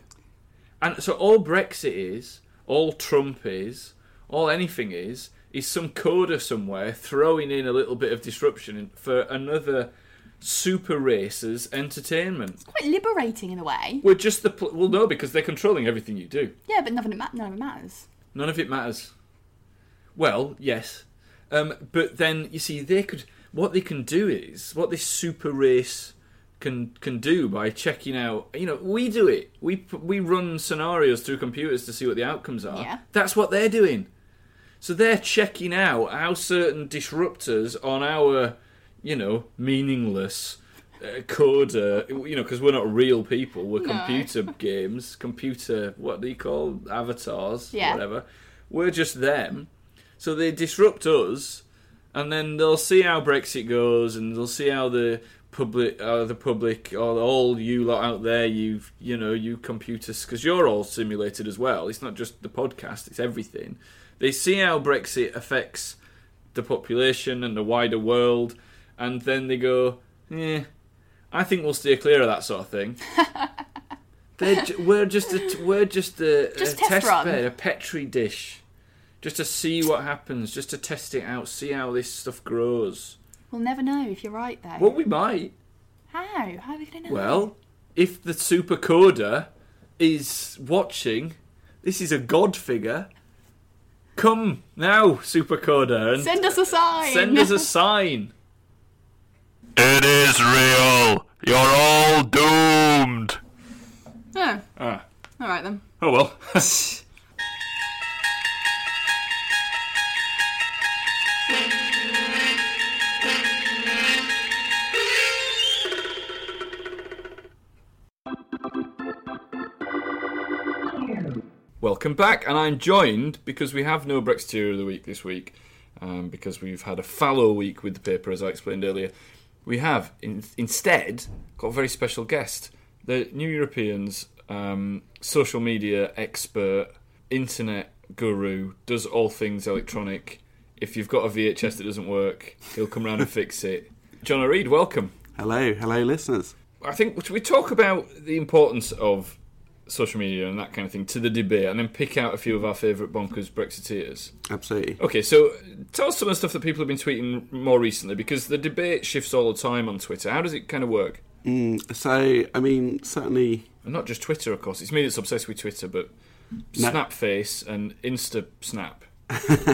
S1: And so all Brexit is, all Trump is, all anything is, is some coder somewhere throwing in a little bit of disruption in- for another super racer's entertainment.
S2: Quite liberating in a way.
S1: We're just the pl- well, no, because they're controlling everything you do.
S2: Yeah, but none of it, ma- none of it matters.
S1: None of it matters. Well, yes, um, but then you see they could. What they can do is what this super race can can do by checking out. You know, we do it. We p- we run scenarios through computers to see what the outcomes are.
S2: Yeah.
S1: That's what they're doing. So they're checking out how certain disruptors on our, you know, meaningless uh, coder, you know, because we're not real people, we're computer (laughs) games, computer, what do you call avatars,
S2: Yeah.
S1: whatever. We're just them. So they disrupt us, and then they'll see how Brexit goes, and they'll see how the public, uh, the public, or all you lot out there, you you know, you computers, because you're all simulated as well. It's not just the podcast; it's everything. They see how Brexit affects the population and the wider world, and then they go, "Eh, "Yeah, I think we'll steer clear of that sort of thing." They're ju- we're just a t- we're just a,
S2: Just
S1: a
S2: test run.
S1: bed, a petri dish, just to see what happens, just to test it out, see how this stuff grows.
S2: We'll never know if you're right though.
S1: Well, we might.
S2: How? How are we gonna know?
S1: Well, if the super coder is watching, this is a god figure. Come now, super coder, and
S2: send us a sign.
S1: send us a sign.
S4: It is real. You're all doomed.
S2: Oh.
S1: Ah.
S2: All right then.
S1: Oh well. (laughs) Welcome back, and I'm joined because we have no Brexiteer of the Week this week, um, because we've had a fallow week with the paper, as I explained earlier. We have in, instead got a very special guest, the New Europeans um, social media expert, internet guru, does all things electronic. If you've got a VHS that doesn't work, he'll come round and fix it. John O'Reed, welcome.
S5: Hello, hello, listeners.
S1: I think should we talk about the importance of social media and that kind of thing to the debate, and then pick out a few of our favourite bonkers Brexiteers.
S5: Absolutely.
S1: Okay, so tell us some of the stuff that people have been tweeting more recently, because the debate shifts all the time on Twitter. How does it kind of work?
S5: So, I mean, certainly,
S1: And not just Twitter, of course. It's me that's obsessed with Twitter, but Snapface and Insta Snap.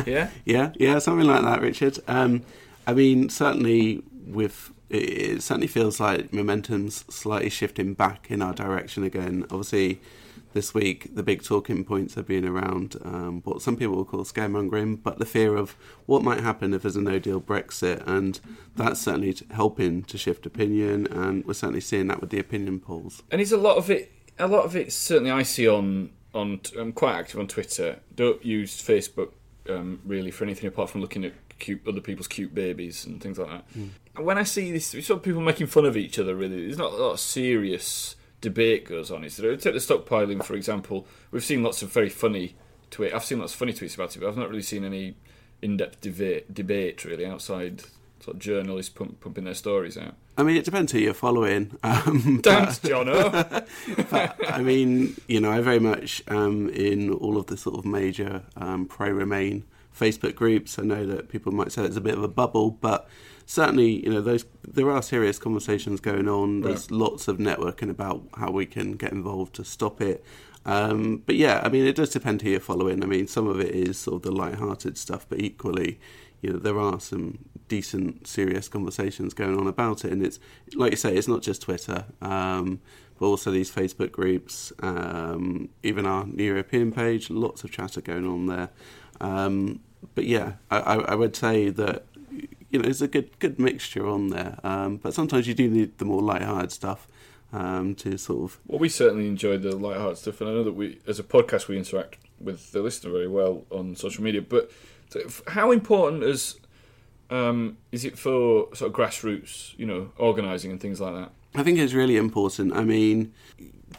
S1: yeah,
S5: yeah, yeah, something like that, Richard. Um, I mean, certainly, with it, it certainly feels like momentum's slightly shifting back in our direction again. Obviously, this week the big talking points have been around um, what some people will call scaremongering, but the fear of what might happen if there's a no deal Brexit, and that's certainly t- helping to shift opinion, and we're certainly seeing that with the opinion polls.
S1: and it's a lot of it. A lot of it certainly I see on on. I'm quite active on Twitter. Don't use Facebook um, really for anything apart from looking at cute other people's cute babies and things like that. And when I see this, it's sort of people making fun of each other. Really, there's not a lot of serious debate goes on. Is there? Take the stockpiling for example. We've seen lots of very funny tweet. I've seen lots of funny tweets about it, but I've not really seen any in-depth debate debate really outside sort of journalists pump, pumping their stories out.
S5: I mean, it depends who you're following. Um,
S1: Thanks, Jono.
S5: I mean, you know, I very much um, in all of the sort of major um, pro Remain Facebook groups. I know that people might say it's a bit of a bubble, but certainly, you know, those there are serious conversations going on. There's lots of networking about how we can get involved to stop it. Um, but yeah, I mean, it does depend who you're following. I mean, some of it is sort of the light-hearted stuff, but equally, you know, there are some decent, serious conversations going on about it. And it's like you say, it's not just Twitter, um, but also these Facebook groups, um, even our New European page. Lots of chatter going on there. Um, but yeah, I, I, I would say that you know, it's a good good mixture on there. Um, but sometimes you do need the more light-hearted stuff um, to sort of
S1: Well, we certainly enjoyed the light-hearted stuff, and I know that we, as a podcast, we interact with the listener very well on social media. But so, f- how important is Um, is it for sort of grassroots, you know, organising and things like that?
S5: I think it's really important. I mean,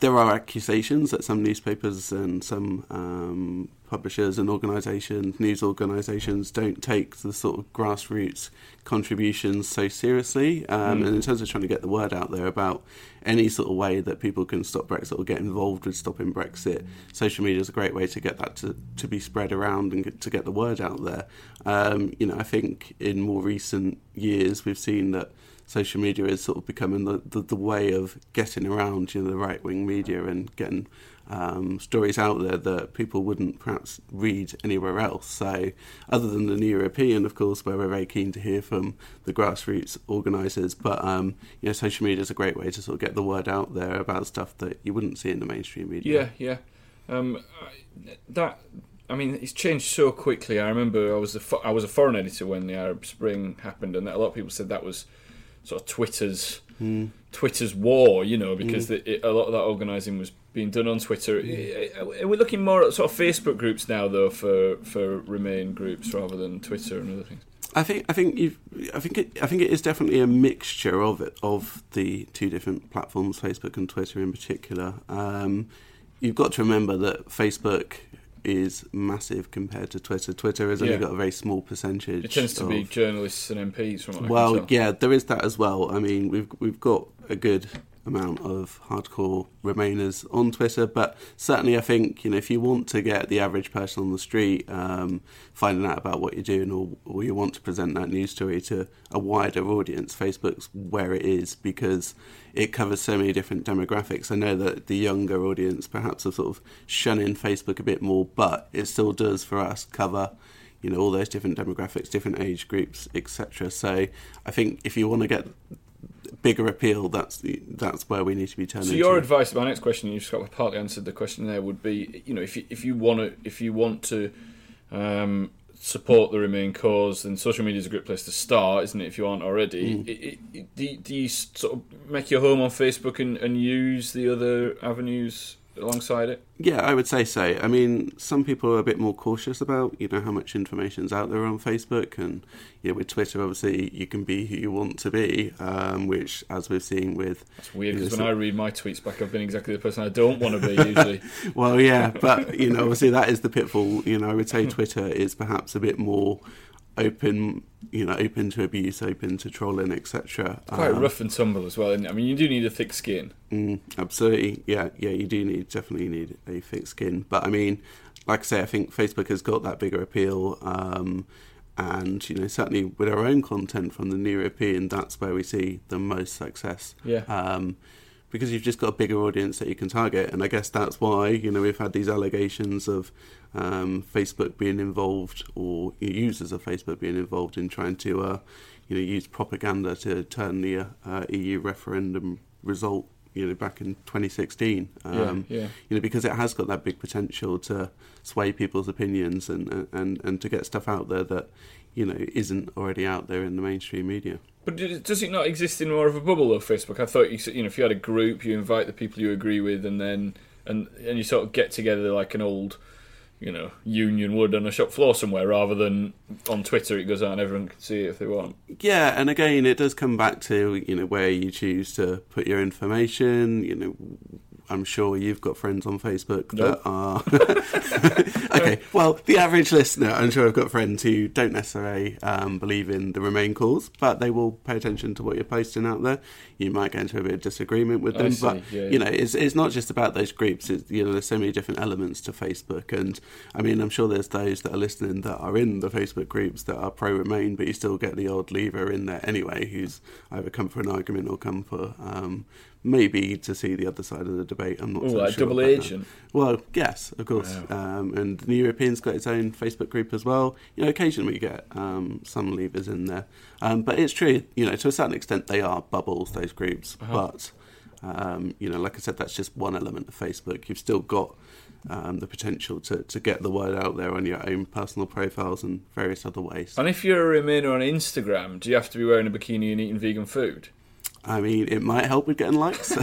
S5: there are accusations that some newspapers and some um, publishers and organisations, news organisations, don't take the sort of grassroots contributions so seriously. Um, And in terms of trying to get the word out there about any sort of way that people can stop Brexit or get involved with stopping Brexit, social media is a great way to get that to, to be spread around and get, to get the word out there. Um, you know, I think in more recent years we've seen that social media is sort of becoming the, the, the way of getting around you know, the right wing media and getting um, stories out there that people wouldn't perhaps read anywhere else. So, other than the New European, of course, where we're very keen to hear from the grassroots organisers, but um, you know, social media is a great way to sort of get the word out there about stuff that you wouldn't see in the mainstream media.
S1: Yeah, yeah. Um, I, that I mean, it's changed so quickly. I remember I was a fo- I was a foreign editor when the Arab Spring happened, and that, a lot of people said that was sort of Twitter's
S5: Hmm.
S1: Twitter's war, you know, because the, it, a lot of that organising was being done on Twitter.
S5: Hmm.
S1: We're looking more at sort of Facebook groups now, though, for for Remain groups rather than Twitter and other things.
S5: I think I think you I think it I think it is definitely a mixture of it of the two different platforms, Facebook and Twitter in particular. Um, you've got to remember that Facebook is massive compared to Twitter. Twitter has only
S1: Yeah.
S5: got a very small percentage.
S1: It tends to
S5: of,
S1: be journalists and MPs from what I
S5: well,
S1: can tell.
S5: yeah, there is that as well. I mean, we've we've got a good amount of hardcore Remainers on Twitter, but certainly I think you know if you want to get the average person on the street um, finding out about what you're doing, or or you want to present that news story to a wider audience, Facebook's where it is because it covers so many different demographics. I know that the younger audience perhaps are sort of shunning Facebook a bit more, but it still does for us cover you know all those different demographics different age groups etc so i think if you want to get bigger appeal that's the, that's where we need to be turning
S1: So your
S5: to.
S1: advice, my next question, you've sort of partly answered the question there, would be, you know, if you, if you want to if you want to um, support the Remain cause, then social media is a great place to start, isn't it? If you aren't already,
S5: Mm.
S1: I- I- I- do, do you s- sort of make your home on Facebook and, and use the other avenues alongside it?
S5: yeah i would say so i mean some people are a bit more cautious about you know how much information's out there on facebook and you know with twitter obviously you can be who you want to be um, which as we've seen with
S1: It's weird
S5: you know,
S1: because
S5: sort
S1: when I
S5: of-
S1: read my tweets back, I've been exactly the person I don't want to be
S5: (laughs)
S1: usually. (laughs)
S5: well, yeah, but you know, obviously that is the pitfall. You know, I would
S1: Hmm.
S5: say Twitter is perhaps a bit more open, you know, open to abuse, open to trolling, etc.
S1: Quite
S5: Um,
S1: rough and tumble as well. Isn't it? I mean, you do need a thick skin.
S5: Mm, absolutely. Yeah, yeah, you do need definitely need a thick skin. But I mean, like I say, I think Facebook has got that bigger appeal. Um, and you know, certainly with our own content from the New European, that's where we see the most success.
S1: Yeah.
S5: Um, because you've just got a bigger audience that you can target, and I guess that's why you know we've had these allegations of um, Facebook being involved or users of Facebook being involved in trying to uh, you know use propaganda to turn the uh, uh, EU referendum result you know back in 2016 um,
S1: yeah.
S5: you know because it has got that big potential to sway people's opinions and and and to get stuff out there that you know isn't already out there in the mainstream media
S1: But d- does it not exist in more of a bubble though, Facebook? I thought you, s- you know, if you had a group, you invite the people you agree with, and then and and you sort of get together like an old, you know, union would on a shop floor somewhere, rather than on Twitter. It goes out and everyone can see it if they want.
S5: yeah, and again, it does come back to you know where you choose to put your information. You know, I'm sure you've got friends on Facebook
S1: Nope.
S5: that are (laughs) okay. Well, the average listener, I'm sure I've got friends who don't necessarily um, believe in the Remain cause, but they will pay attention to what you're posting out there. You might get into a bit of disagreement with
S1: I
S5: them,
S1: see,
S5: but
S1: yeah, yeah.
S5: you know, it's it's not just about those groups. It's, you know, there's so many different elements to Facebook, and I mean, I'm sure there's those that are listening that are in the Facebook groups that are pro Remain, but you still get the odd lever in there anyway, who's either come for an argument or come for um, maybe to see the other side of the debate. I'm not
S1: Ooh,
S5: so
S1: like
S5: sure
S1: double
S5: about that.
S1: agent.
S5: Well, yes, of course. Um, and the New European's got its own Facebook group as well. You know, occasionally you get um, some levers in there, um, but it's true. You know, to a certain extent, they are bubbles. Those groups, but um, you know, like I said, that's just one element of Facebook. You've still got um, the potential to, to get the word out there on your own personal profiles and various other ways.
S1: And if you're a remainer on Instagram, do you have to be wearing a bikini and eating vegan food?
S5: I mean, it might help with getting likes. (laughs)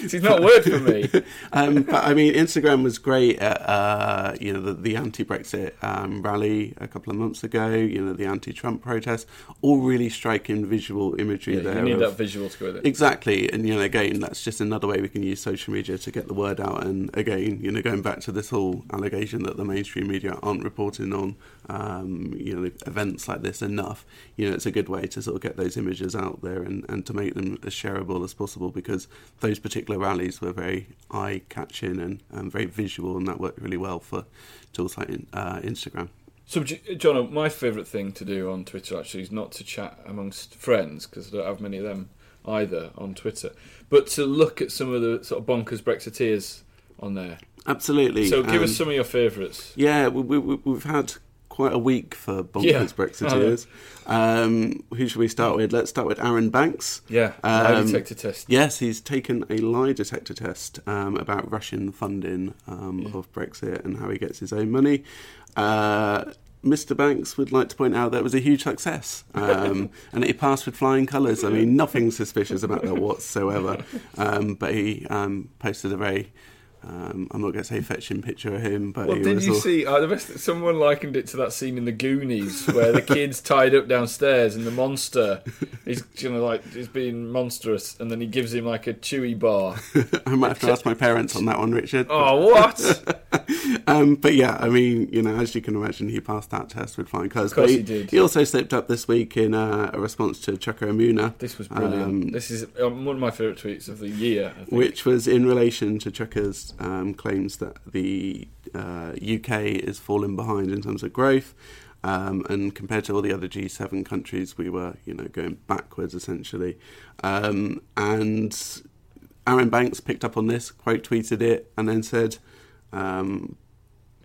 S1: It's not word for me.
S5: um, but I mean, Instagram was great at uh, you know the, the anti-Brexit um, rally a couple of months ago. You know the anti-Trump protests, all really striking visual imagery
S1: Yeah,
S5: there.
S1: you need
S5: of-
S1: that visual to go with it.
S5: Exactly, and you know, again, that's just another way we can use social media to get the word out. And again, you know, going back to this whole allegation that the mainstream media aren't reporting on, um, you know, events like this enough. You know, it's a good way to sort of get those images out there and, and to make them as shareable as possible because those particular rallies were very eye catching and, and very visual, and that worked really well for tools like uh, Instagram.
S1: So, J- John, my favourite thing to do on Twitter actually is not to chat amongst friends because I don't have many of them either on Twitter, but to look at some of the sort of bonkers Brexiteers on there.
S5: Absolutely.
S1: So, give
S5: um,
S1: us some of your favourites.
S5: Yeah, we, we, we- we've had quite a week for bonkers
S1: Yeah. Oh,
S5: Brexiteers. Um, who should we start with? Let's start with Aaron Banks. Um,
S1: Yeah, um, lie detector test.
S5: Yes, he's taken a lie detector test um, about Russian funding um,
S1: Mm.
S5: of Brexit and how he gets his own money. Uh, Mr. Banks would like to point out that it was a huge success
S1: (laughs)
S5: um, and it passed with flying colours. I mean, nothing suspicious about that whatsoever. Um, but he um, posted a very, um, I'm not going to say fetching picture of him, but
S1: Well,
S5: he
S1: did
S5: was
S1: you
S5: all-
S1: see? Uh, the best, someone likened it to that scene in The Goonies (laughs) where the kid's tied up downstairs and the monster is you know like is being monstrous, and then he gives him like a chewy bar. (laughs)
S5: (laughs) I might have to ask my parents on that one, Richard.
S1: Oh, (laughs) what?
S5: Um, but yeah, I mean, you know, as you can imagine, he passed that test with flying colours. Of
S1: course
S5: but
S1: he did.
S5: He also slipped up this week in uh, a response to Chaka Amuna.
S1: This was brilliant. this is um, one of my favourite tweets of the year. I think.
S5: which was in relation to Chaka's um, claims that the uh, UK is falling behind in terms of growth. Um, and compared to all the other G7 countries, we were, you know, going backwards essentially. Um, and Aaron Banks picked up on this, quote tweeted it, and then said um,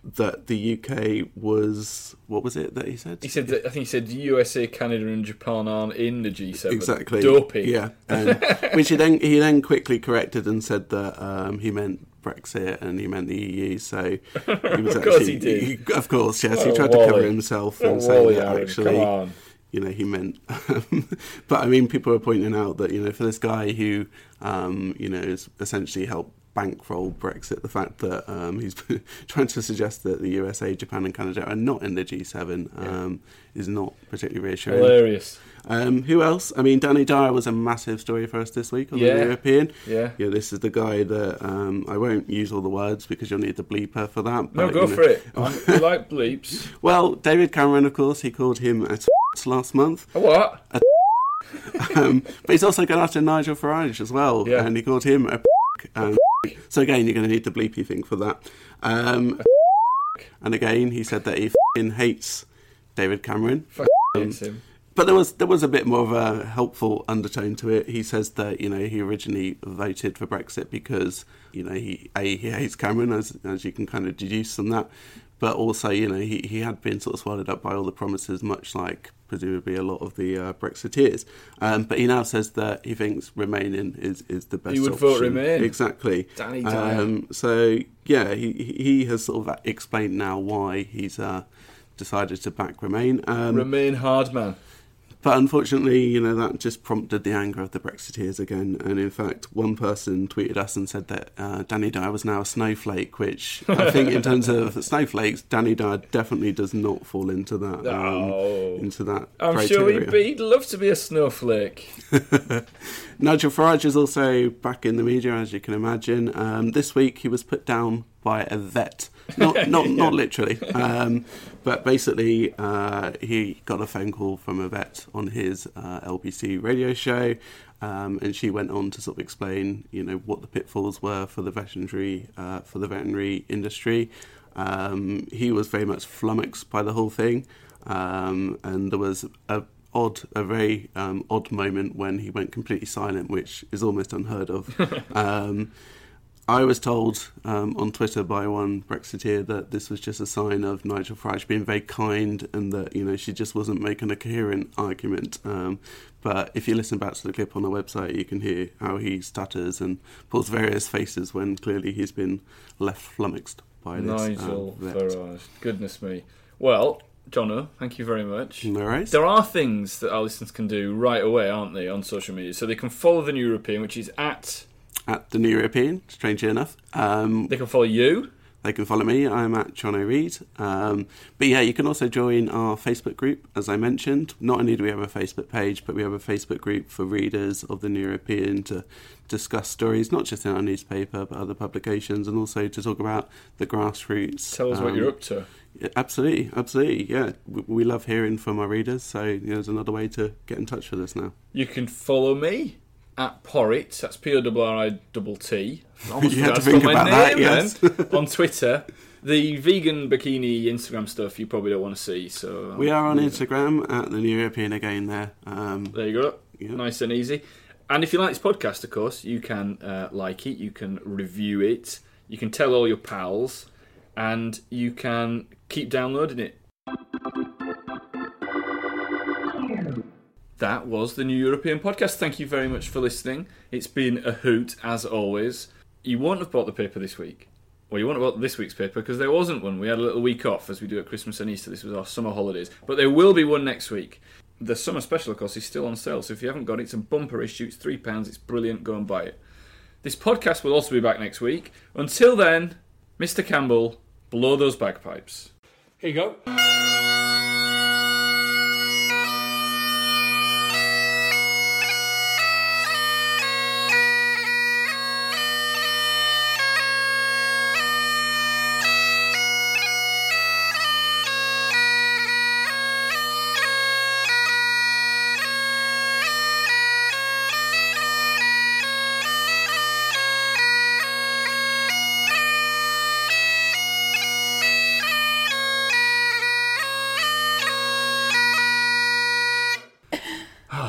S5: that the UK was what was it that he said?
S1: He said that I think he said USA, Canada, and Japan aren't in the G7.
S5: Exactly.
S1: Dopey.
S5: Yeah.
S1: (laughs)
S5: Um, which he then he then quickly corrected and said that um, he meant Brexit and he meant the EU. So he was
S1: (laughs) Of course
S5: actually,
S1: he did.
S5: of course, yes. he
S1: What a
S5: tried to cover
S1: wally.
S5: himself
S1: What a
S5: and say
S1: wally,
S5: that
S1: Aaron,
S5: actually,
S1: come on.
S5: you know, he meant. (laughs) but I mean, people are pointing out that you know, for this guy who, um, you know, is essentially helped bankroll Brexit, the fact that um, he's (laughs) trying to suggest that the USA, Japan, and Canada are not in the G7 um, is not particularly reassuring.
S1: Hilarious.
S5: Um, who else? I mean, Danny Dyer was a massive story for us this week on
S1: Yeah.
S5: the European.
S1: Yeah.
S5: yeah. This is the guy that um, I won't use all the words because you'll need the bleeper for that.
S1: No,
S5: but,
S1: go
S5: you know-
S1: for it.
S5: (laughs)
S1: I like bleeps.
S5: Well, David Cameron, of course, he called him a (laughs) t- last month,
S1: A what?
S5: um, but he's also gone after Nigel Farage as well,
S1: Yeah.
S5: and he called him a. (laughs) p- Um, so again, you're going to need the bleepy thing for that. Um,
S1: (laughs)
S5: and again, he said that he (laughs) f***ing hates David Cameron.
S1: Hates him.
S5: But there was there was a bit more of a helpful undertone to it. He says that you know he originally voted for Brexit because you know he a he hates Cameron as as you can kind of deduce from that, but also you know he he had been sort of swallowed up by all the promises, much like presumably a lot of the uh, Brexiteers. Um, but he now says that he thinks remaining is is the best.
S1: He would vote
S5: option.
S1: Remain.
S5: exactly.
S1: Danny Dyer.
S5: Um, so yeah, he he has sort of explained now why he's. Uh, Decided to back Remain. Um,
S1: Remain hard man.
S5: but unfortunately, you know, that just prompted the anger of the Brexiteers again. And in fact, one person tweeted us and said that uh, Danny Dyer was now a snowflake, which I think, in terms
S1: (laughs)
S5: of snowflakes, Danny Dyer definitely does not fall into that. Um,
S1: No.
S5: Into that.
S1: I'm sure
S5: criteria.
S1: he'd, be, he'd love to be a snowflake.
S5: Nigel Farage is also back in the media, as you can imagine. Um, this week, he was put down by a vet. Not, not, not literally, um, but basically, uh, he got a phone call from a vet on his uh, LBC radio show, um, and she went on to sort of explain, you know, what the pitfalls were for the veterinary uh, for the veterinary industry. Um, he was very much flummoxed by the whole thing, um, and there was a odd, a very um, odd moment when he went completely silent, which is almost unheard of. um, I was told um, on Twitter by one Brexiteer that this was just a sign of Nigel Farage being very kind and that, you know, she just wasn't making a coherent argument. Um, but if you listen back to the clip on our website, you can hear how he stutters and pulls various faces when clearly he's been left flummoxed by this. um,
S1: Nigel
S5: vet.
S1: Farage. Goodness me. Well, Jono, thank you very much.
S5: No worries.
S1: There are things that our listeners can do right away, aren't they, on social media? So they can follow the New European, which is at.
S5: At the New European, strangely enough. Um,
S1: They can follow you.
S5: They can follow me. I'm at John O'Reed. Um, but yeah, you can also join our Facebook group, as I mentioned. Not only do we have a Facebook page, but we have a Facebook group for readers of the New European to discuss stories, not just in our newspaper, but other publications, and also to talk about the grassroots.
S1: Tell us what
S5: um,
S1: you're up to.
S5: yeah, Absolutely, absolutely. Yeah, we, we love hearing from our readers. So you know, there's another way to get in touch with us now.
S1: You can follow me at Porrit. That's P O R R I double T.
S5: You had to think about that, yes.
S1: on Twitter. The vegan bikini Instagram stuff you probably don't want to see. So um,
S5: We are on Instagram at the New European again. There. Um,
S1: There you go. Nice and easy. And if you like this podcast, of course, you can uh, like it, you can review it, you can tell all your pals, and you can keep downloading it. That was the New European Podcast. Thank you very much for listening. It's been a hoot, as always. You won't have bought the paper this week. Well, you won't have bought this week's paper because there wasn't one. We had a little week off, as we do at Christmas and Easter. This was our summer holidays. But there will be one next week. The summer special, of course, is still on sale, so if you haven't got it, it's a bumper issue. It's £3. It's brilliant. Go and buy it. This podcast will also be back next week. Until then, Mr. Campbell, blow those bagpipes. Here you go. Ah,